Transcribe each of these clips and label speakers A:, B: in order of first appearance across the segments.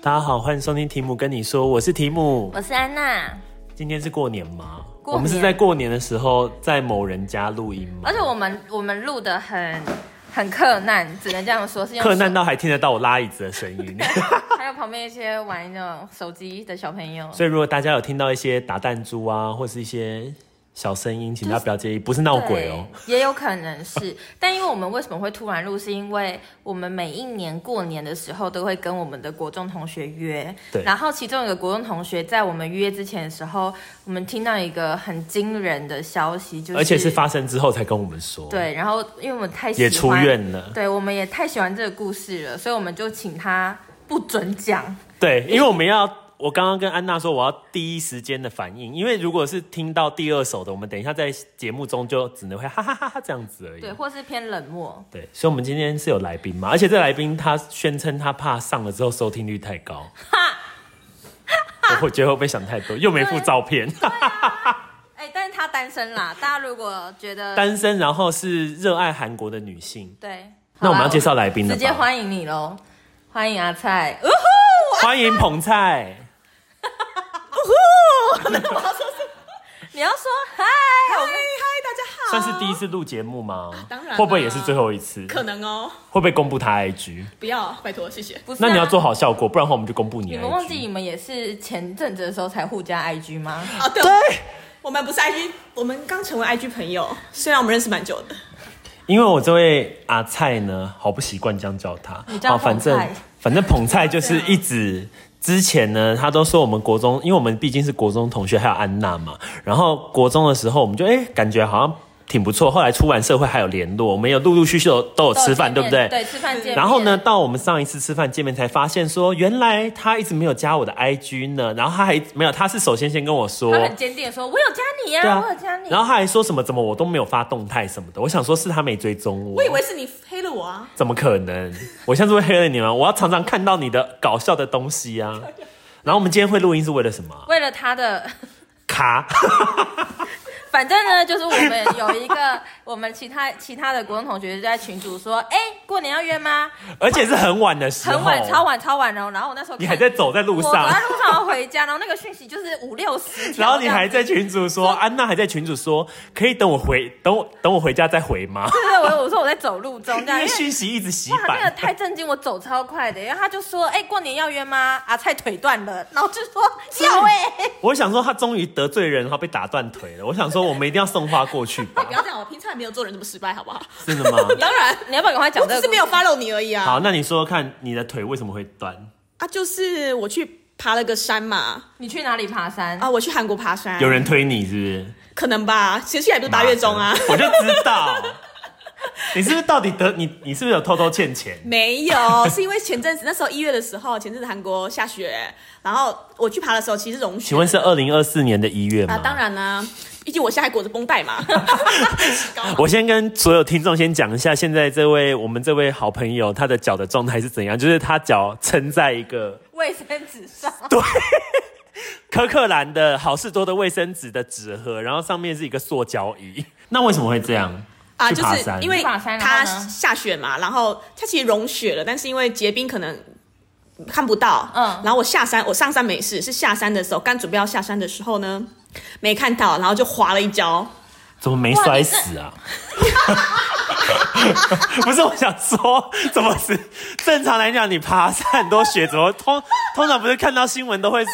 A: 大家好，欢迎收听提姆跟你说，我是提姆。
B: 我是安娜，
A: 今天是过年吗？
B: 过年
A: 我们是在过年的时候在某人家录音吗
B: 而？且我们我们录的很很困难，只能这样说，是用
A: 客难啊到还听得到我拉椅子的声音，
B: 手，还有旁边一些玩那种手机的小朋友，
A: 所以如果大家有听到一些打弹珠啊，或是一些小声音，请大家不要介意，不是闹鬼哦。
B: 对，也有可能是，但因为我们为什么会突然录，是因为我们每一年过年的时候都会跟我们的国中同学约，
A: 对
B: 然后其中有个国中同学在我们约之前的时候，我们听到一个很惊人的消息，就是
A: 而且是发生之后才跟我们说，，
B: 对，然后因为我们太喜欢
A: 也出院了。
B: 对，我们也太喜欢这个故事了，所以我们就请他不准讲。
A: 对，因为我们要，我刚刚跟安娜说，我要第一时间的反应，因为如果是听到第二首的，我们等一下在节目中就只能会哈哈哈哈这样子而已。
B: 对，或是偏冷漠。
A: 对，所以我们今天是有来宾嘛，而且这来宾他宣称他怕上了之后收听率太高，我会觉得会不会想太多，又没附照片，
B: 哎、但是他单 身啦，大家如果觉得
A: 单身，然后是热爱韩国的女性。
B: 对，
A: 那
B: 好啦
A: 我们要介绍来宾了
B: 直接
A: 吧？
B: 欢迎你喽，欢迎 阿菜。呃
A: 欢迎捧菜，
B: 你要说嗨，我们
C: 嗨，大家好。
A: 算是第一次录节目吗？
C: 当然啦
A: 会不会也是最后一次？
C: 可能哦，
A: 会不会公布他 IG？
C: 不要，拜托，谢谢。
B: 不是、啊、
A: 那你要。做好效果，不然的话我们就公布你 IG。
B: 你们忘记你们也是前阵子的时候才互加 IG 吗？
C: 哦，对，我们不是 IG，我们刚成为 IG 朋友，虽然我们认识蛮久的。
A: 因为我这位阿菜呢，好不习惯这样叫他。
B: 叫他
A: 好反正
B: 捧菜
A: 反正捧菜就是一直之前呢，他都说我们国中，因为我们毕竟是国中同学，还有安娜嘛。然后国中的时候，我们就哎、感觉好像挺不错。后来出完社会还有联络，我们有陆陆续续有都有吃饭，对不对？
B: 对，吃饭见面。
A: 然后呢，？到我们上一次吃饭见面才发现说，原来他一直没有加我的 IG 呢。然后他还没有，他是首先先跟我说，
B: 他很坚定的说：“我有加你呀、
A: 对啊
B: 我有加你。”
A: 然后他还说什么怎么我都没有发动态什么的，我想说是他没追踪我，
C: 我以为是你黑了我啊，
A: 怎么可能？我下次会黑了你吗？我要常常看到你的搞笑的东西啊。然后我们今天会录音是为了什么啊？
B: 为了他的
A: 卡，
B: 反正呢，就是我们有一个 我们其他其他的国中同学就在群组说，哎、过年要约吗？
A: 而且是很晚的时候，
B: 很晚，超，晚，超晚哦。然后我那时候看
A: 你还在走在路
B: 我走
A: 上，
B: 在路上要回家，然后那个讯息就是五六 十条
A: 然后你还
B: 这样
A: 在群主说，安娜还在群主说，可以等我回，等我等我回家再回吗？
B: 子，对对，我我说我在走路中这
A: 因
B: 样，
A: 为
B: 啊因为
A: 讯息一直洗
B: 哇，那个
A: 版，
B: 太震惊，我走超快的，因为他就说，哎、过年要约吗？阿菜腿断了，然后就说要哎、
A: 我想说他终于得罪人，然后被打断腿了。我想说我们一定要送花过去吧
C: 不，要这样，我平常也没有做人这么失败，好不好？
A: 真的吗？
C: 当然，
B: 你要不要赶快讲
C: 我
B: 这 个？
C: 只是没有 follow 你而已啊。
A: 好，那你说说看你的腿为什么会断？
C: 啊，就是我去爬了个山嘛，
B: 你去哪里爬山？
C: 啊，我去韩国爬山，
A: 有人推你是不是？
C: 可能吧？其实也不是八月中啊
A: 妈， 的我就知道。你是不是到底得你？你是不是有偷偷欠钱？
C: 没有， 是因为前阵子那时候一月的时候，前阵子韩国下雪，然后我去爬的时候其实是融雪。
A: 请问是二零二四年的一月吗？
C: 啊，当。然啦、毕竟我现在还裹着绷带 嘛。
A: 我先跟所有听众先讲一下，现在这位我们这位好朋友他的脚的状态是怎样？就是他脚撑在一个
B: 卫生纸上，
A: 柯克兰的好事多的卫生纸的纸盒，然后上面是一个塑胶椅。那为什么会这样？
C: 啊，
A: 去
C: 就
A: 爬
C: 是
A: 山
C: 因为
B: 去爬山
C: 它
B: 然后呢
C: 下雪嘛，然后它其实融雪了，但是因为结冰可能看不到，
B: 嗯
C: 然后我下山，我上山没事，是下山的时候，刚准备要下山的时候呢，没看到，然后就滑了一跤，
A: 怎么没摔死啊？ 不是，我想说，怎么是正常来讲，你爬山很多雪，怎么通通常不是看到新闻都会，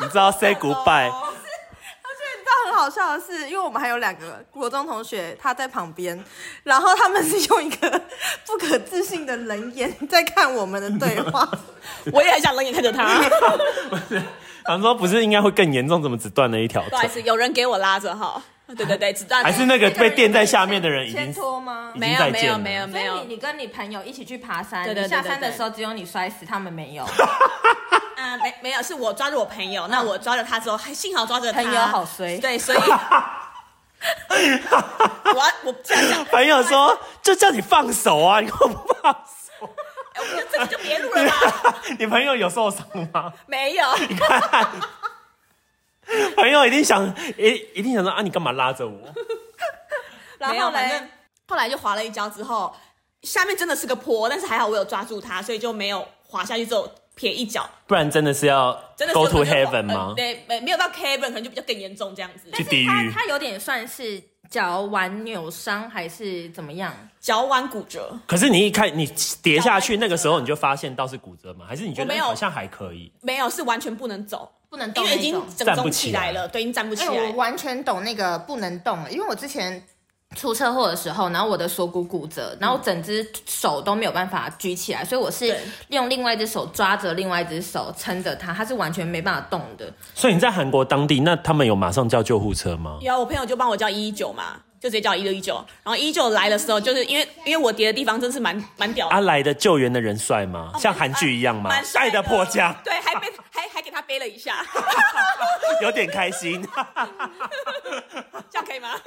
A: 你知道 say goodbye，
D: 你知道很好笑的是，因为我们还有两个国中同学，他在旁边，然后他们是用一个不可置信的冷眼在看我们的对话。
C: 我也很想冷眼看 着它，
A: 想说不是应该会更严重，怎么只断了一条
C: 不好意
A: 腿？
C: 思，有人给我拉着哈，对对对，只断
A: 还 是那个被垫在下面的人已
D: 牵
A: 经
D: 拖吗？
A: 已
C: 没
A: 经
C: 有
A: 再
C: 没
A: 见了
C: 有没有
B: 所
C: 没
B: 以
C: 有
B: 你你跟你朋友一起去爬山，
C: 对对对
B: 你下山
C: 对对
B: 的时候只有你摔死，他们没 有。
C: 啊，没没有，是我抓着我朋友，那我抓着他之后，还幸好抓着他，
B: 嗯朋友好 衰
C: 对，所以我要我这样讲，
A: 朋友说就叫你放手啊，你我不放手？
C: 哎，我们这个就别录了吧，
A: 你朋友有受伤吗？
C: 没有。
A: 朋友一定想一一定想说啊，你干嘛拉着我？
C: 然
B: 没有
C: 后
B: 反
C: 嘞
B: 正，
C: 后来就滑了一跤之后，下面真的是个坡，但是还好我有抓住它，所以就没有滑下去，之后撇一脚，
A: 不然真的是要
C: 真的是
A: go
C: 有可
A: to
C: 能就
A: heaven
C: 呃
A: 吗？
C: 对，没没有到 heaven，可能就比较更严重这样子。
A: 去地狱？
B: 他有点算是脚腕扭伤还是怎么样？
C: 脚腕骨折，
A: 可是你一看你跌下去那个时候，你就发现到是骨折吗？还是你觉
C: 我
A: 得哎
C: 没有
A: 好像还可以？
C: 没有是完全不能走，
B: 不能
C: 因
B: 动
C: 为
B: 那
C: 已经
B: 种。
C: 整
A: 站不
C: 肿
A: 起
C: 起
A: 来
C: 来了，对，已经站不起
B: 哎、
C: 来
B: 我
C: 了。
B: 完全懂那个不能动了，因为我之前出车祸的时候，然后我的锁骨骨折，然后整只手都没有办法举起来，所以我是
C: 对
B: 用另外一只手抓着另外一只手撑着它，它是完全没办法动的。
A: 所以你在韩国当地，那他们有马上叫救护车吗？
C: 有，我朋友就帮我叫一一九嘛，就直接叫一六一九。然后一九来的时候，就是因为因为我跌的地方真是蛮蛮屌的，
A: 阿来的救援的人帅
C: 哦
A: 吗？像韩剧一样吗
C: 蛮？帅
A: 啊爱的迫 降，
C: 对，还被还还给他背了一下，
A: 有点开心。
C: 这样可以吗？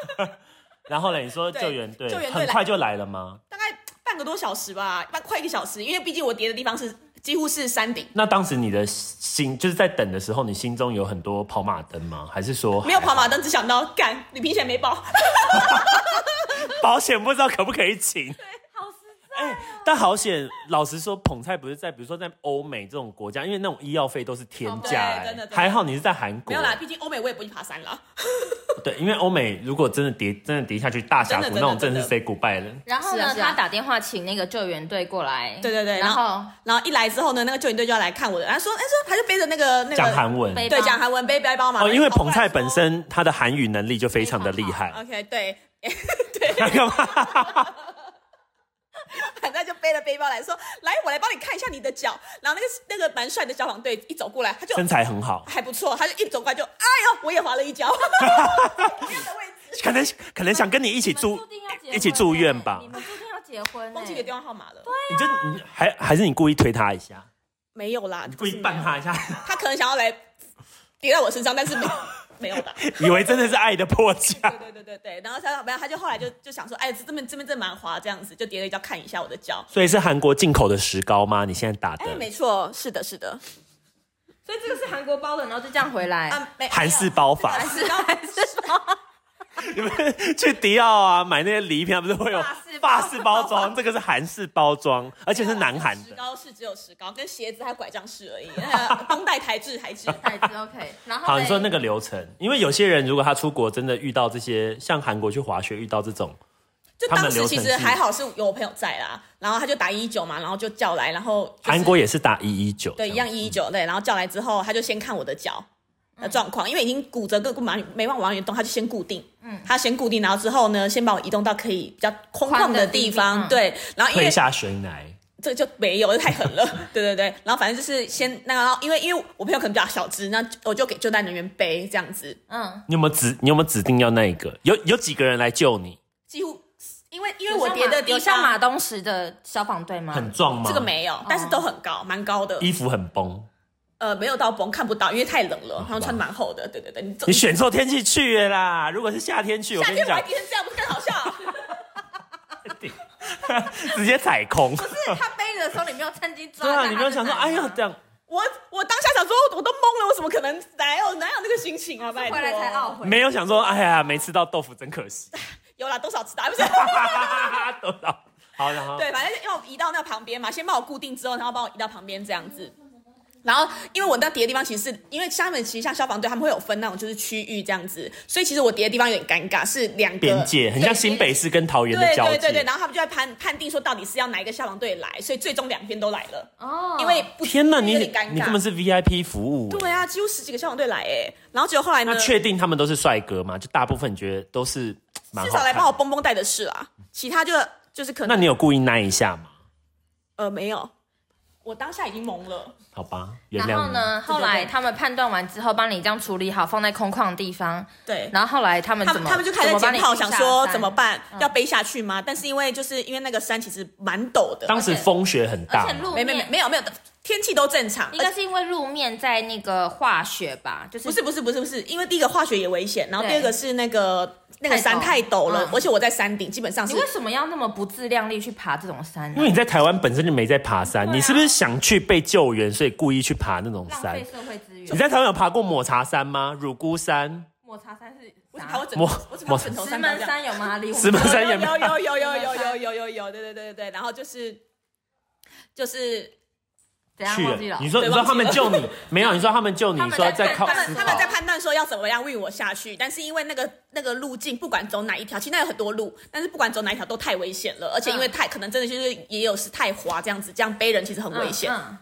A: 然后呢？你说
C: 对
A: 救援队
C: 救援队
A: 很
C: 来
A: 快就来了吗？
C: 大概半个多小时吧，半快一个小时，因为毕竟我跌的地方是几乎是山顶，
A: 那当时你的心就是在等的时候，你心中有很多跑马灯吗？还是说
C: 没有跑马灯，只想到干旅行险没 报，
A: 保险不知道可不可以请？哎、但好险！老实说，捧菜不是在，比如说在欧美这种国家，因为那种医药费都是天价、
C: 哦对
A: 哎
C: 真的真的
A: 还好你是在韩国，
C: 没有啦，毕竟欧美我也不去爬山了。
A: 对，因为欧美如果真的跌，真的跌下去大峡谷
C: 真的真
A: 那
C: 的
A: 种，真的是
C: 真
A: say goodbye 了。
B: 然后
C: 是
B: 呢，
C: 啊是啊
B: 他打电话请那个救援队过来。
C: 对对对，
B: 然
C: 然
B: 后
C: 然后一来之后呢，那个救援队就要来看我的，然后说，哎、说他就背着那个那个
A: 讲韩文
B: 背
C: 对，讲韩文背背包嘛。
A: 哦，因为
C: 然
A: 捧
C: 后过来
A: 菜
C: 说
A: 本身他的韩语能力就非常的厉害，
C: ，OK，对， 对，
A: 那干 嘛？
C: 反正就背了背包来说，来，我来帮你看一下你的脚。然后那个那个蛮帅的消防队一走过来，他就
A: 身材很好，
C: 还不错，他就一走过来就，哎呦，我也滑了一跤。同样的位置
A: 可能可能想跟你一起住，一起住院吧。
B: 欸你们注定要结婚、欸
C: 忘记你的电话号码了，
A: 你就你还还是你故意推他一下，
C: 没有啦，
A: 你故意绊他一下，
C: 他可能想要来跌在我身上，但是没没有啦。
A: 以为真的是爱的迫
C: 对
A: 降。
C: 对对对对，然后他没有，他就后来就就想说，哎，这边这边真蛮滑，这样子就跌了一跤，看一下我的脚。
A: 所以是韩国进口的石膏吗？你现在打的
C: 哎，没错，是的，是的，
B: 所以这个是韩国包的，然后就这样回来。
C: 啊，没
A: 韩式哎包法？
C: 韩式包
A: 你们去迪奥啊买那些礼品，它不是会有
B: 法式包
A: 法式包装？这个是韩式包装，而且是南韩
C: 石
A: 的。
C: 膏是只有石膏，跟鞋子还有拐杖式而已。那个绷带台制 台制，
B: 袋子 OK，然后
A: 好，
B: 嘞
A: 你说那个流程，因为有些人如果他出国真的遇到这些，像韩国去滑雪遇到这种，
C: 就
A: 他们
C: 当时
A: 流
C: 其
A: 程
C: 实
A: 是
C: 还好是有我朋友在啦，然后他就打一一九嘛，然后就叫来，然后就是
A: 韩国也是打一一九，
C: 对一样一一九对，然后叫来之后他就先看我的脚的状况，因为已经骨折个骨完没办法往远动，他就先固定，嗯，他先固定，然后之后呢，先把我移动到可以比较空旷
B: 宽的
C: 地
B: 地方嗯
C: 方，对，然后因
A: 推
C: 为
A: 下悬崖。
C: 这个就没有，这太狠了。对对对，然后反正就是先那个，然后因为因为我朋友可能比较小只，那我就给救难人员背这样子，
B: 嗯，
A: 你有没有指？你有没有指定要那一个？有有几个人来救你？
C: 几乎因为因
B: 因
C: 为我跌的地
B: 有像马
C: 方
B: 东石的消防队吗？
A: 很壮吗？
C: 这个，没有，但是都很高，蛮高的，
A: 衣服很崩。
C: 呃，没有到崩，看不到，因为太冷了，然后穿蛮厚的。对对对，你走
A: 你选错天气去了啦！如果是夏天去，我
C: 夏
A: 跟你
C: 天我
A: 讲
C: 还，跌成这样，不是更好笑？啊
A: 直接踩空。
B: 是他背着的时候，你没有趁机抓
A: 对啊，你没有想说，哎呀，这
B: 样
A: 样
C: 我我当下想说，我都懵了，我怎么可能哪有哪有那个心情啊？拜托，
B: 回来才懊。悔。
A: 没有想说，哎呀，没吃到豆腐真可惜。
C: 有啦，多少次打不是？
A: 都到好，然后
C: 对，反正就因为我移到那旁边嘛，先把我固定之后，然后把我移到旁边这样子。然后，因为我那叠的地方，其实是因为他们其实像消防队，他们会有分那种就是区域这样子，所以其实我叠的地方有点尴尬，是两个
A: 边界很像新北市跟桃园的
C: 对
A: 交界。
C: 对对对，然后他们就在判判定说到底是要哪一个消防队来，所以最终两边都来了，
B: 哦
C: 因为不
A: 天哪，
C: 因为
A: 你
C: 有点尴
A: 你
C: 尬
A: 根本是 VIP 服务。欸
C: 对啊，几乎十几个消防队来哎，然后结果后来呢，
A: 那确定他们都是帅哥吗？就大部分你觉得都是蛮
C: 至
A: 好
C: 少来
A: 看
C: 帮我
A: 的。
C: 绷绷带的是啦，其他就就是可
A: 那
C: 能
A: 你有故意那一下吗？
C: 呃没有，我当下已经懵了，
A: 好吧，原
B: 然
A: 谅
B: 后
A: 你。
B: 呢？后
C: 对
B: 来
C: 对对
B: 他们判断完之后，帮你这样处理好，放在空旷的地方。
C: 对，
B: 然后后来他们
C: 他
B: 怎么？
C: 们他们就开始
B: 怎么帮
C: 检
B: 你
C: 讨，
B: 定下
C: 想说
B: 山
C: 怎么？办？要背下去吗？但是因为就是因为那个山其实蛮陡的，
A: 当时风雪很
B: 而
A: 大
B: 且
A: 吗，
B: 路
C: 没
B: 面
C: 没没没有没有，天气都正常。
B: 应该是因为路面在那个化雪吧，就是
C: 不是不是不是不是，因为第一个化学也危险，然后第二个是那个那个山
B: 太
C: 太
B: 陡
C: 陡了
B: 嗯，
C: 而且我在山顶，基本上
B: 你
C: 是
B: 为什么要那么不自量力去爬这种山、啊
A: 因为你在台湾本身就没在爬山，
B: 对啊
A: 你是不是想去被救援，所以故意去爬那种
B: 浪
A: 山
B: 费？社会资
A: 你
B: 源。
A: 在台湾有爬过抹茶山吗？乳姑山、
B: 抹茶山是
C: 我只爬过枕，
A: 我
C: 我只爬过枕头
B: 石
C: 山高
B: 门
C: 这样。
B: 山有吗？离我们
A: 石门山
C: 有
A: 也没
C: 有有有有有有有有有有，对对对对对，然后就是就是
B: 怎样
A: 去
B: 忘
A: 了
B: 记了？。
A: 你说你
C: 对
A: 说
C: 哎忘记
A: 他们
C: 了
A: 救你 没有？你说他们救你
B: 他们
A: 说
B: 在
A: 靠
C: 他们
A: 思
C: 他
A: 考
C: 们在判断说要怎么样运我下去，但是因为那个那个路径，不管走哪一条，其实那有很多路，但是不管走哪一条都太危险了，而且因为
B: 嗯
C: 太、可能真的就是也有是太滑这样子，这样背人其实很
B: 嗯
C: 危险。
B: 嗯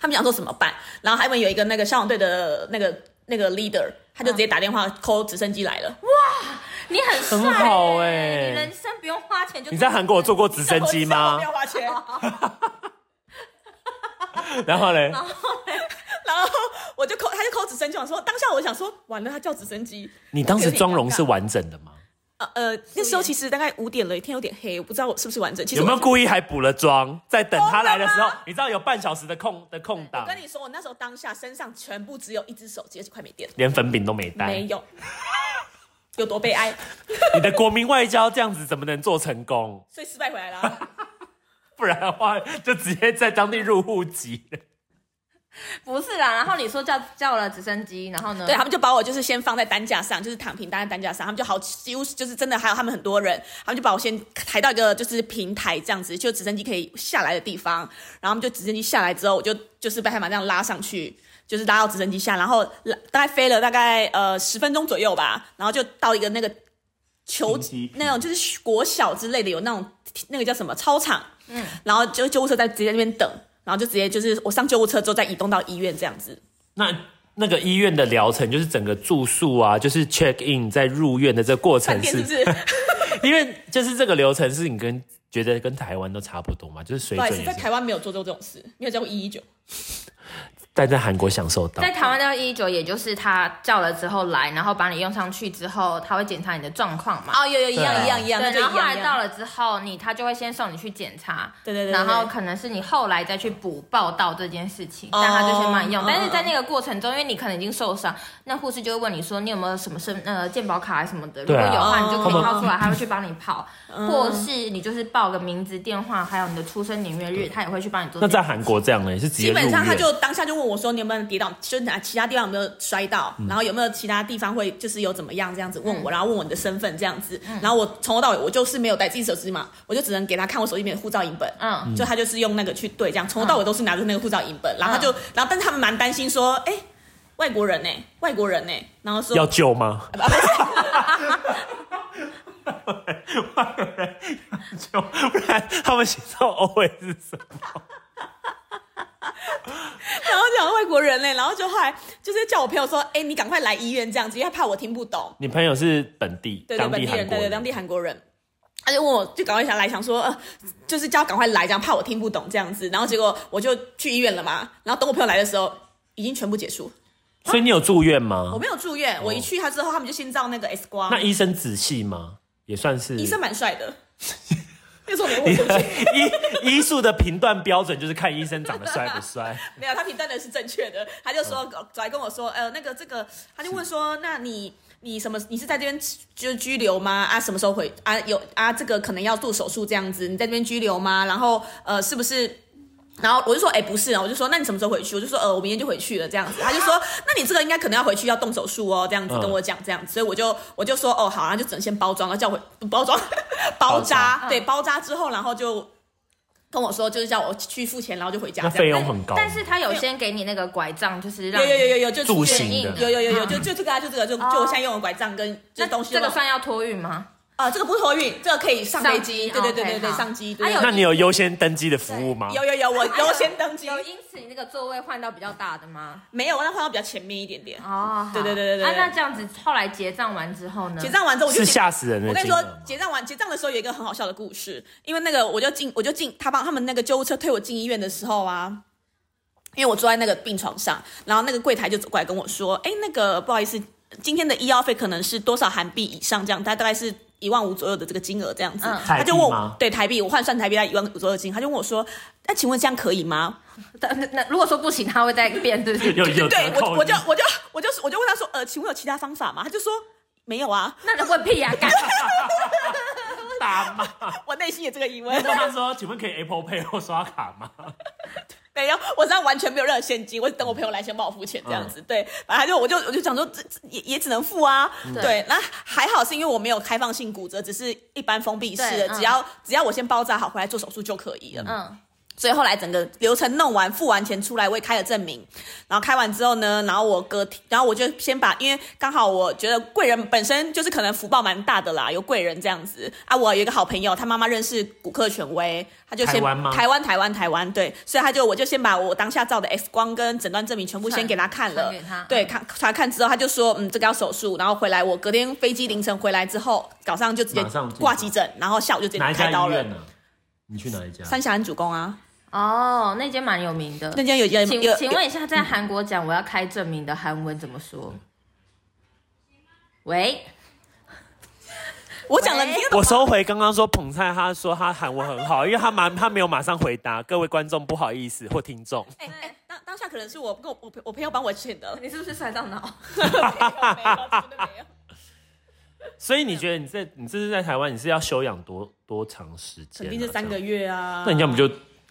C: 他们想说怎么办，然后他们有一个那个消防队的那个那个 leader，他就
B: 嗯
C: 直接打电话 call 直升机来了。
B: 你很帅、
A: 很好欸
B: 你人生不用花钱就
A: 你在韩国有坐过直升机吗
C: 没？有花钱。
A: 然后 嘞，
C: 然后我就 call，他就 call 直升机，我说当下我想说完了，他叫直升机。
A: 你当时妆容是完整的吗？
C: 呃呃，那时候其实大概五点了，天有点黑，我不知道我是不是完整。其实
A: 有没有
C: 我
A: 故意还补了妆，在等他来的时候，你知道有半小时的空的空档
C: 啊我，跟你说，我那时候当下身上全部只有一只手机，而且快没电了，
A: 连粉饼都没带。
C: 没有，有多悲哀，
A: 你的国民外交这样子怎么能做成功？
C: 所以失败回来了。啊
A: 不然的话，就直接在当地入户籍。
B: 不是啦。然后你说叫叫了直升机，然后呢？
C: 对他们就把我就是先放在担架上，就是躺平搭在担架上，他们就好几乎就是真的，还有他们很多人，他们就把我先抬到一个就是平台这样子，就直升机可以下来的地方，然后他们就直升机下来之后，我就就是被他们这样拉上去。就是拉到直升机下，然后拉大概飞了大概呃十分钟左右吧，然后就到一个那个球
A: 停机坪
C: 那种就是国小之类的有那种那个叫什么操场，嗯，然后就救护车在直接在那边等，然后就直接就是我上救护车之后再移动到医院这样子，
A: 那那个医院的疗程就是整个住宿啊，就是 check in 在入院的这个过程
C: 饭店是不是？
A: 因为就是这个流程是你跟觉得跟台湾都差不多嘛，就是水
C: 不好意
A: 准
C: 思，
A: 也
C: 在
A: 是，
C: 台湾没有做过这种事，没有叫过一一九。
A: 但在韩国享受到
B: 在。台湾叫一一九，也就是他叫了之后来，然后把你用上去之后，他会检查你的状况嘛。
C: 哦，有有一
A: 对啊
C: 样一样一样，
B: 对，
C: 那就
B: 然后
C: 一
B: 后来
C: 样一
B: 到
C: 样。
B: 了之后，你他就会先送你去检查，
C: 对对对对
B: 然后可能是你后来再去补报道这件事情，但他就先帮你用。
C: 嗯
B: 但是在
C: 嗯
B: 那个过程中，因为你可能已经受伤，那护士就会问你说你有没有什么身呃健保卡什么的，如
A: 对
B: 果
A: 啊
B: 有的话，
C: 哦
B: 你就可以掏出来，他会去帮你跑，
C: 嗯
B: 或是你就是报个名字、电话，还有你的出生年月日，他也会去帮你做这
A: 那
B: 件事情。
A: 在韩国这样呢，是直接
C: 基
A: 入
C: 本上他
A: 院。
C: 就当下就问我说你有没有跌倒，就是哪其他地方有没有摔到，
A: 嗯
C: 然后有没有其他地方会就是有怎么样这样子问我，然后问我你的身份这样子，
A: 嗯
C: 然后我从头到尾我就是没有带自己手机嘛，我就只能给他看我手机里面的护照影本，
B: 嗯
C: 就他就是用那个去对这样，从头到尾都是拿着那个护照影
A: 嗯
C: 本，然后他就然后但是他们蛮担心说，哎，外国人呢，外国人呢，然 后说
A: 要救吗？
C: 啊不是
A: 外国人要救，不然他们心中 always 是什么？
C: 然后讲外国人嘞，然后就后来就是叫我朋友说，哎、你赶快来医院这样子，因为他怕我听不懂，
A: 你朋友是本地
C: 对对，
A: 当
C: 本
A: 地
C: 地
A: 韩
C: 人，
A: 国
C: 对对，当地韩国人。他就问我，就赶快想来，想说，呃，就是叫我赶快来，这样怕我听不懂这样子。然后结果我就去医院了嘛。然后等我朋友来的时候，已经全部结束，
A: 所以你有住院
C: 我
A: 吗？
C: 没有住院。我一去他之后，他们就先照那个 X 光
A: 那，医生仔细吗？也算是
C: 医生蛮帅的。 那时候没问
A: 你
C: 我
A: 的
C: 去，
A: 医医术的评断标准就是看医生长得帅不 帅。
C: 没有，他评断的是正确的。他就说，
A: 嗯
C: 走来跟我说，呃，那个这个，他就问说，那你你什么？你是在这边就是拘留吗？啊，什么时候回啊？有啊，这个可能要做手术这样子，你在这边拘留吗？然后呃，是不是？然后我就说，哎、不是啊，我就说，那你什么时候回去？我就说，呃，我明天就回去了，这样子。他就说，那你这个应该可能要回去要动手术哦，这样子
A: 嗯
C: 跟我讲这样子，所以我就我就说，哦，好啊，那就只能先包装，然后叫我不包装
A: 包
C: 包扎，
A: 扎
C: 对，包扎之后，然后就跟我说，就是叫我去付钱，然后就回家。
A: 那
C: 这样
A: 费用很高吗，
B: 但是他有先给你那个拐杖，就是让
C: 有有有有有，就
A: 助
C: 是
A: 行
B: 硬
A: 的
C: 有有有有，就就这个啊，就这个，就
B: 嗯
C: 就
B: 哦
C: 我现在用的拐杖跟这
B: 那
C: 东西
B: 这
C: 都
B: 个算要托运吗？
C: 啊，这个不托运，这个可以上飞机，对
B: 上
C: 对
B: 机
C: 对对
B: OK，
C: 对，
B: 好
C: 上机。
B: 还
C: 对
B: 有
A: 那你有优先登机的服务吗？
C: 哦有有有，我优先登机，
B: 有因此你那个座位换到比较大的吗？
C: 没有，我那换到比较前面一点点。
B: 哦，好
C: 对对对对对
B: 啊，那这样子后来结账完之后呢？
C: 结账完之后我就是
A: 吓死人的
C: 我跟你
A: 金额
C: 说
A: 吗，
C: 结账完结账的时候有一个很好笑的故事，因为那个我就进我就进他帮他们那个救护车推我进医院的时候啊，因为我坐在那个病床上，然后那个柜台就走过来跟我说，哎，那个不好意思，今天的医药费可能是多少韩币以上这样，大大概是。一万五左右的这个金额这样子，
B: 嗯
C: 他就
A: 台币
C: 问我
A: 吗
C: 对台币，我换算台币在一万五左右的金，他就问我说：“那请问这样可以吗？”
B: 但那那如果说不行，他会再变，对不对？
A: 有有
C: 对
A: 折
C: 我
A: 扣
C: 我就我就我就我就问他说：“呃，请问有其他方法吗？”他就说：“没有啊。
B: 那你问屁呀、 干！
A: 大骂。”
C: 我内心也这个疑问。
A: 问 他说：“请问可以 Apple Pay 或刷卡吗
C: 没有，我身上完全没有任何现金，我等我朋友来先帮我付钱这样
B: 嗯
C: 子。对，反正他就我就我就想说，这这也也只能付啊。
B: 嗯
C: 对，那还好是因为我没有开放性骨折，只是一般封闭式
B: 对
C: 的，
B: 嗯
C: 只要只要我先包扎好回来做手术就可以了。
B: 嗯，
C: 所以后来整个流程弄完，付完钱出来，我也开了证明。然后开完之后呢，然后我隔天，然后我就先把，因为刚好我觉得贵人本身就是可能福报蛮大的啦，有贵人这样子啊。我有一个好朋友，他妈妈认识骨科权威，他就先
A: 台湾吗
C: 台湾台湾台湾对，所以他就我就先把我当下照的 X 光跟诊断证明全部先给他看了
B: 传给他，
C: 对，看查看之后，他就说嗯这个要手术，然后回来我隔天飞机凌晨回来之后，早上就直接
A: 马上进
C: 挂急诊，然后下午就直接
A: 哪一家
C: 开刀
A: 医
C: 了
A: 院。呢、啊你去哪一家？
C: 三峡安主公啊，
B: 哦，那间蛮有名的。
C: 那间有间
B: 请
C: 有
B: 请问一下，在韩国讲我要开证明的韩文怎么说？嗯喂，
C: 我讲了，
B: 喂
C: 你听 得懂
A: 我
C: 吗？
A: 收回刚刚说捧菜，他说他韩文很好，因为他马他没有马上回答，各位观众不好意思或听众，
C: 哎哎，当当下可能是我跟我我我朋友帮我选 的，
B: 你是不是摔到脑？
C: 没有真的 没有。
A: 所以你觉得你在你这次在台湾你是要休养多多长时间、
C: 肯定是三个。月啊。
A: 那你要不就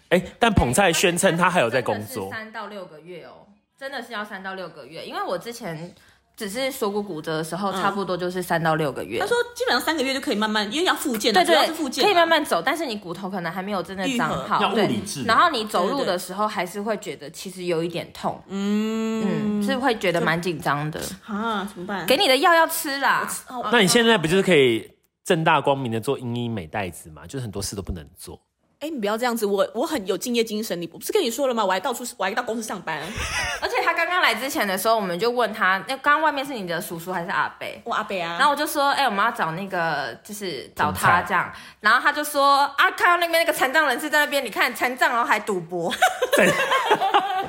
A: 哎、但捧菜宣称他还有在工
B: 真的是
A: 作，
B: 三到六个月哦，真的是要三到六个月，因为我之前只是锁骨骨折的时候，
C: 嗯
B: 差不多就是三到六个月。
C: 他说基本上三个月就可以慢慢，因为要复健啊，
B: 对
C: 主要
B: 对
C: 是复，健啊，
B: 可以慢慢走，但是你骨头可能还没有真的长好，
A: 愈合
B: 对
A: 要物理治疗
B: 然后你走
C: 对
B: 路
C: 对对
B: 的时候还是会觉得其实有一点痛，嗯是会觉得蛮紧张的。
C: 啊，怎么办？
B: 给你的药要吃啦，
C: 哦
A: 那你现在不就是可以正大光明的做英英美袋子吗？就是很多事都不能做。
C: 哎，你不要这样子，我我很有敬业精神，你我不是跟你说了吗？我还到处我还到公司上班，
B: 而且他刚刚来之前的时候，我们就问他，那刚刚外面是你的叔叔还是阿伯？
C: 我阿北啊，
B: 然后我就说，哎、我们要找那个，就是找
A: 总裁
B: 他这样。然后他就说，啊，看到那边那个残障人士在那边，你看残障，然哦后还赌博，
A: 整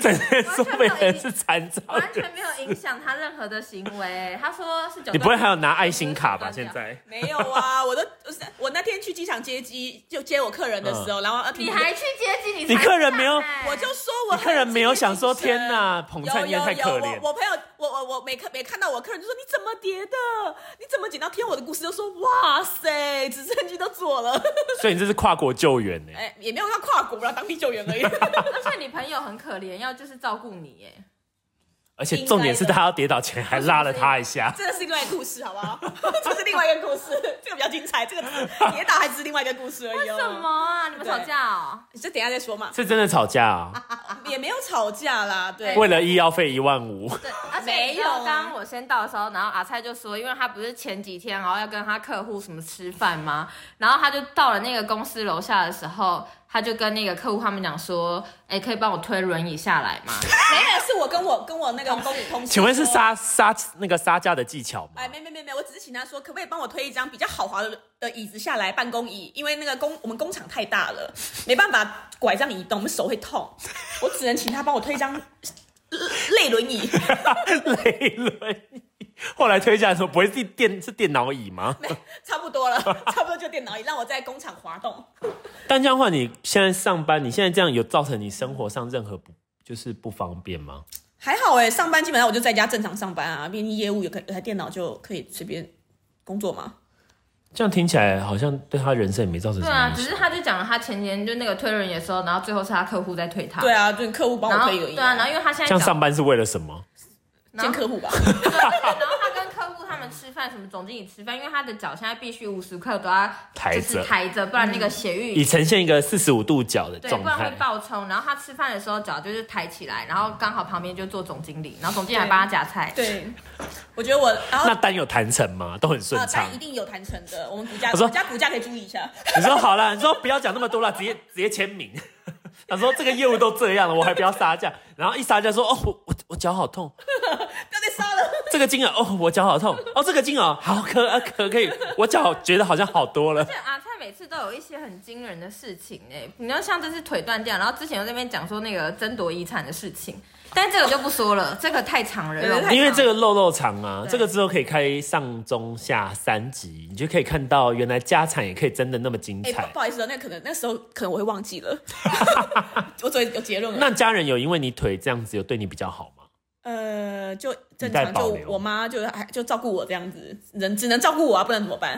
A: 整天说别人是残障
B: 完
A: 人，
B: 全没有影响他任何的行为。他说是九，
A: 你不会还有拿爱心卡吧？现在
C: 没有啊， 我都我是我那天去机场接机就接我客人的时
A: 嗯
C: 候，然后
B: 你还去接机，你
A: 你客人
B: 残障
A: 没有
B: 欸
C: 我就说我
A: 你客人没有想说
C: 很敬业精神
A: 天哪捧菜你也
C: 有有
A: 太
C: 有
A: 可怜
C: 我我朋友，我我我每看每看到我客人就说你怎么叠的？你怎么捡到？听我的故事就说哇塞，直升机都做了，
A: 所以你这是跨国救援欸呢、
C: 哎、也没有要跨国啦，当地救援而已。
B: 而且你朋友很可怜，要就是照顾你哎耶。
A: 而且重点是他要跌倒前还拉了他一下，
C: 这个是另外一个故事，好不好？ 这是另外一个故事， 这个比较精 彩。这个跌倒还只是另外一个故事而已、哦。
B: 为什？么啊？你们吵架哦？
C: 这等一下再说嘛，
A: 是真的吵架啊、
C: 也没有吵架啦，对。
A: 为了医药费一万五，
B: 对，而且
C: 没
B: 你知道
C: 有啊
B: 刚刚我先到的时候，然后阿菜就说，因为他不是前几天然后要跟他客户什么吃饭吗？然后他就到了那个公司楼下的时候，他就跟那个客户他们讲说，哎、可以帮我推轮椅下来吗？
C: 没有，是我跟我跟我那个公同事说，
A: 请问是杀杀那个杀价的技巧吗
C: 哎，？没没没没，我只是请他说，可不可以帮我推一张比较豪华的的椅子下来，办公椅，因为那个工我们工厂太大了，没办法拐杖移动，我们手会痛，我只能请他帮我推一张呃类轮椅，
A: 累轮椅。后来推下来说不会是电是电脑椅吗？
C: 差不多了，差不多就电脑椅，让我在工厂滑动。
A: 但这样的话，你现在上班，你现在这样有造成你生活上任何不就是不方便吗？
C: 还好哎、上班基本上我就在家正常上班啊，毕竟业务有个有台电脑就可以随便工作嘛。
A: 这样听起来好像对他人生也没造成什
B: 对
A: 么
B: 啊，
A: 影
B: 只
A: 响。
B: 是他就讲了他前天就那个推轮椅的时候，然后最后是他客户在推他。
C: 对啊，就是客户帮
B: 然
C: 我
B: 后
C: 推轮椅、
B: 对啊，然后因为他现在
A: 这样
B: 脚
A: 上班是为了什么？
B: 然
C: 见
B: 后
C: 客户吧。
B: 对然后他跟客户他们吃饭，什么总经理吃饭，因为他的脚现在必须无时刻都要
A: 抬
B: 就是
A: 着
B: 抬着，不然那个血液、
A: 以呈现一个四十五度角的
B: 对，
A: 状
B: 不然会
A: 态。
B: 爆冲。然后他吃饭的时候脚就是抬起来，然后刚好旁边就坐总经理，然后总经理还帮他夹菜。
C: 嗯对， 我觉得我然后
A: 那单有谈成吗？都很顺
C: 呃，
A: 畅
C: 哦但一。定有谈成的，我们股价
A: 我说
C: 股价股价可以注意一下。
A: 你说好了，你说不要讲那么多了，直接直接签名。 他说这个业务都这样了，我还不要杀价。然后一杀价说哦，我我我脚好痛，
C: 不要再杀了。
A: 这个金额哦，我脚好痛哦，这个金额好可啊可可以，我脚觉得好像好多了
B: 而。且阿菜每次都有一些很惊人的事情哎、你要像这次腿断掉，然后之前又在那边讲说那个争夺遗产的事情，但这个就不说 了，这个太长了，
C: 对
B: 容易
A: 因为
B: 讲
A: 这个肉肉长啊，
B: 对
A: 这个之后可以开上中下三集，你就可以看到原来家产也可以真的那么精
C: 哎、
A: 彩
C: 不。不好意思哦，那可能那时候可能我会忘 记了，我昨天有结论了。
A: 那家人有因为你腿这样子有对你比较好吗？
C: 呃，就
A: 你
C: 正
A: 带
C: 常，
A: 保
C: 就
A: 留
C: 我妈就还就照顾我这样子，人只能照顾我啊，不然怎么办？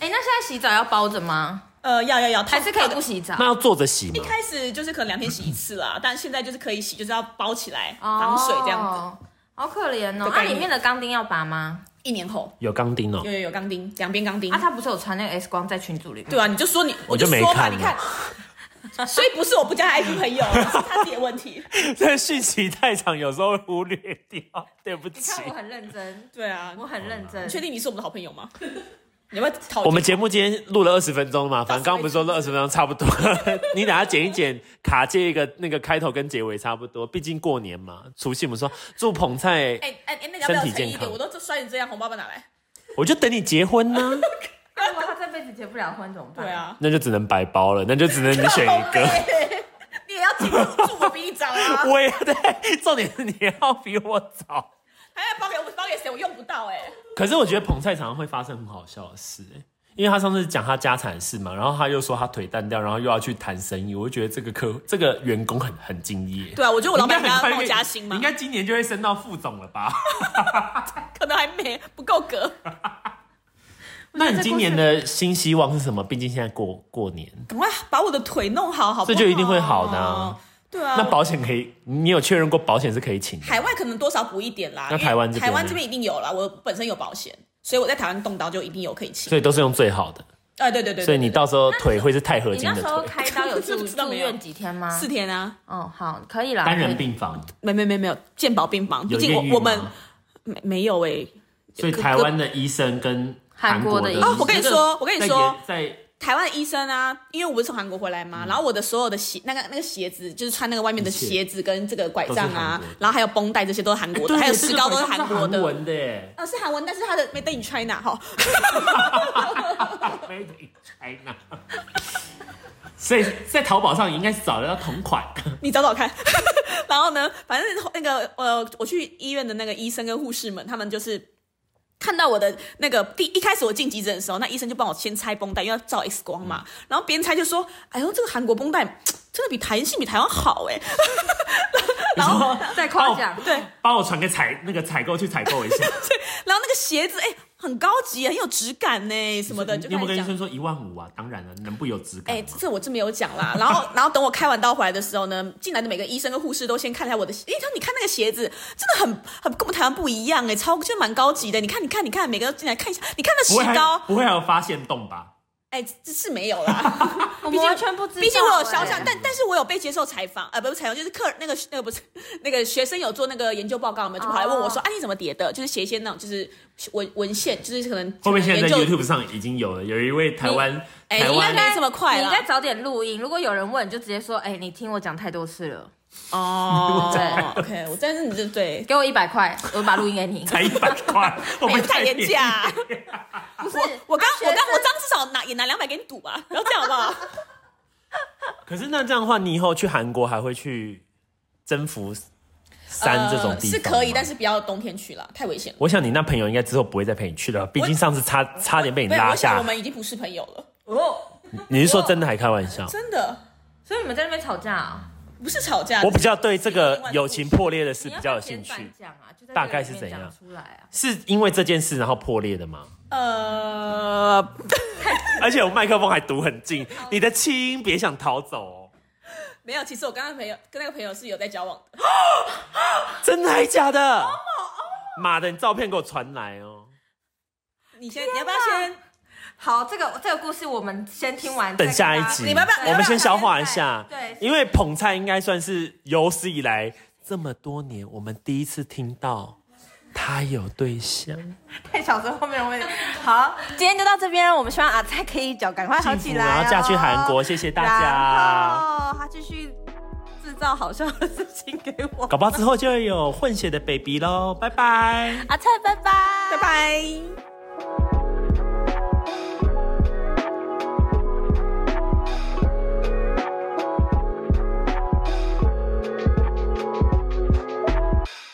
B: 哎、那现在洗澡要包着吗？
C: 呃，要要要，
B: 还是可以不
C: 洗。
B: 洗澡
A: 那？要坐着洗
C: 一
A: 吗？
C: 开始就是可能两天洗一次啦，但现在就是可以洗，就是要包起来
B: 哦
C: 防水这样子。
B: 好可怜哦。
C: 的
B: 那、
C: 概念
B: 里面的钢钉要拔吗？
C: 一年后
A: 有钢钉哦
C: 有，有有钢钉，两边钢钉
B: 啊，。他不是有传那个 X 光在群组里面？
C: 嗯对啊，你就说你，
A: 我就
C: 就
A: 没
C: 说嘛，
A: 看
C: 你看，所以不是我不加他 IG 朋友，是他自己的问题。
A: 这续期太长，有时候会忽略掉， 对不
B: 你
A: 起。
B: 看我很认真，
C: 对啊，
B: 我很认真
C: 你。确定你是我们的好朋友吗？ 你要不要讨？
A: 我们节目今天录了二十分钟嘛，反正刚刚不是说录二十分钟差不多， 你等下剪一剪，卡接一个那个开头跟结尾差不多，毕竟过年嘛，除夕我们说祝捧菜，
C: 哎哎哎，那你要不要
A: 身体
C: 诚意
A: 健
C: 一点？
A: 康
C: 我都摔成这样，红包包哪来？
A: 我就等你结婚呢、
B: 那啊如果他这辈子结不了婚怎么办？
C: 对，啊，
A: 那就只能白包了，那就只能你选一个。！
C: 你也要记住，祝我比你早啊
A: 我也对，重点是你要比我早。
C: 还要包给我包给谁？我用不到哎、
A: 可是我觉得捧菜常常会发生很好笑的事、欸因为他上次讲他家产事嘛，然后他又说他腿断掉，然后又要去谈生意，我就觉得这个客这个员工很很敬业。
C: 对啊，我觉得我老板
A: 应该
C: 要
A: 很快
C: 帮我
A: 就
C: 加薪嘛
A: 应，该今年就会升到副总了 吧？
C: 可能还没不够格。
A: 那你今年的新希望是什么？毕竟现在过过年，
C: 赶快啊把我的腿弄好，好不好？
A: 这就一定会好的啊
C: 对啊，
A: 那保险可以，你有确认过保险是可以请的？
C: 海外可能多少补一点啦。
A: 那台湾这
C: 因为
A: 边呢
C: 台湾这边一定有啦，我本身有保险，所以我在台湾动刀就一定有可以请。
A: 所以都是用最好的，
C: 哎、对对对对
A: 所以你到时候腿会是钛合
B: 你
A: 金
B: 那
A: 的
B: 时候
A: 腿，
B: 开 刀有住
C: 知道
B: 住
C: 没有
B: 院几天吗？
C: 四，天啊，
B: 哦，好，可以啦。
A: 单
B: 可
A: 人
B: 以，
A: 病房
C: 没没没没有健保病房，毕
A: 有
C: 竟
A: 艳遇
C: 我我们
A: 吗
C: 没没有哎、
A: 所以
C: 隔
A: 台湾的医生跟
B: 韩国
A: 国
B: 的
A: 医
B: 医生
A: 生，
B: 哦我
C: 跟你说我跟你
A: 在
C: 说
A: 研，在
C: 台湾的医生啊，因为我不是从韩国回来
A: 嗯
C: 嘛，然后我的所有的鞋，那个那个鞋子，就是穿那个外面的鞋子跟这个拐杖
A: 都是
C: 啊
A: 韩国的，
C: 然后还有绷带这些都是韩国的，
A: 对
C: 还有
A: 这
C: 石
A: 个
C: 膏都是
A: 好像
C: 韩国的。
A: 文的耶
C: 呃，是韩文，但是他的 Made in China 哈，
A: ，Made in China。所以在淘宝上应该是找得到同款，
C: 你找找看。然后呢，反正那个呃，我去医院的那个医生跟护士们，他们就是看到我的那个第一开始我进急诊的时候，那医生就帮我先拆绷带，因为要照 X 光嘛。
A: 嗯
C: 然后边拆就说：“哎呦，这个韩国绷带真的比弹性比台湾好 哎、
A: 然后
B: 再夸奖。
C: 对，
A: 帮我传给采那个采购去采购一 下。
C: 然后那个鞋子哎、很高级，很有质感呢什么的，就
A: 你有没有
C: 开
A: 跟
C: 始
A: 医生
C: 讲。
A: 说一万五啊？当然了，能不有质感
C: 哎、
A: 吗？
C: 这我真没有讲啦。然后， 然后等我开完刀回来的时候呢，进来的每个医生跟护士都先看一下我的鞋，哎、他说你看那个鞋子真的很很跟我们台湾不一样哎、超就蛮高级的。你看，你看，你看，每个都进来看一下，你看那
A: 不会还
C: 石膏，
A: 不会还有发现洞吧？
C: 哎、这是没有 啦。
B: 我
C: 毕
B: 们
C: 竟
B: 完全不知道、
C: 毕竟我有肖像
B: 哎，
C: 但但是我有被接受采访，呃，不是采访，就是客人那个那个不是那个学生有做那个研究报告嘛，就跑来问我说，
B: 哦
C: 啊，你怎么叠的？就是写一些那种就是文文献，就是可能
A: 会不会现在
C: 研
A: 在
C: 究
A: YouTube 上已经有了？有一位台湾
C: 哎
A: 台
C: 应
A: 湾
C: 该没这么快
B: 你
C: 啦
B: 应该早点录音。如果有人问，你就直接说：“哎、你听我讲太多次了，
C: 哦，OK，我但是你就对，
B: 给我一百块，我把录音给 你。
A: 才一百块，我
C: 也
A: 们
C: 太廉价、
A: 宜。
C: 啊。
B: 不是，
C: 我刚
B: 啊
C: 我
B: 学
C: 刚
B: 生
C: 我刚至少拿也拿两百给你赌 吧，不要这样好不好？
A: 可是那这样的话，你以后去韩国还会去征服山这种地方、
C: 呃是可以，但
A: 是。
C: 是不要冬天去了，太危险了。
A: 我想你那朋友应该之后不会再陪你去了，毕竟上次差差点被你
C: 没有
A: 拉
C: 我想
A: 下
C: 我。们已经不是朋友了，
B: 哦，
A: 你是说真的还开玩笑？
C: 真的
B: 所以你们在那边吵架、啊，
C: 不是吵架。
A: 我比较对这
C: 另
A: 个
C: 外一个
A: 友情破裂的事
B: 你
A: 比
B: 要
A: 较有
B: 不要
A: 兴
B: 简
A: 趣
B: 短，讲啊，就在这个
A: 大概是
B: 里面
A: 怎样
B: 讲出来啊？
A: 是因为这件事然后破裂的吗？
C: 呃，
A: 而且我麦克风还堵很近，
C: 哦
A: 你的气音别想逃走哦！
C: 没有，其实我刚刚朋友跟那个朋友是有在交往的，
A: 真的还假
C: 哦
A: 的？妈的，你照片给我传来哦！
C: 你先你要不要先？
B: 好，这个这个故事我们先听完，
A: 等
B: 再跟
A: 下一
B: 大家
A: 集，
C: 你们不
A: 我
C: 要
A: 们先消化一下。
B: 对
A: 因为捧菜应该算是有史以来这么多年，我们第一次听到他有对象，
B: 太小时候后面的问题。好，今天就到这边，我们希望阿菜可以一脚赶快好
A: 幸
B: 起
A: 福，
B: 来、哦，
A: 然后嫁去韩国，谢谢大家。
D: 然后他继续制造好笑的事情给我。
A: 搞不好之后就会有混血的 baby 喽，拜拜。
B: 阿菜，拜拜，
C: 拜拜。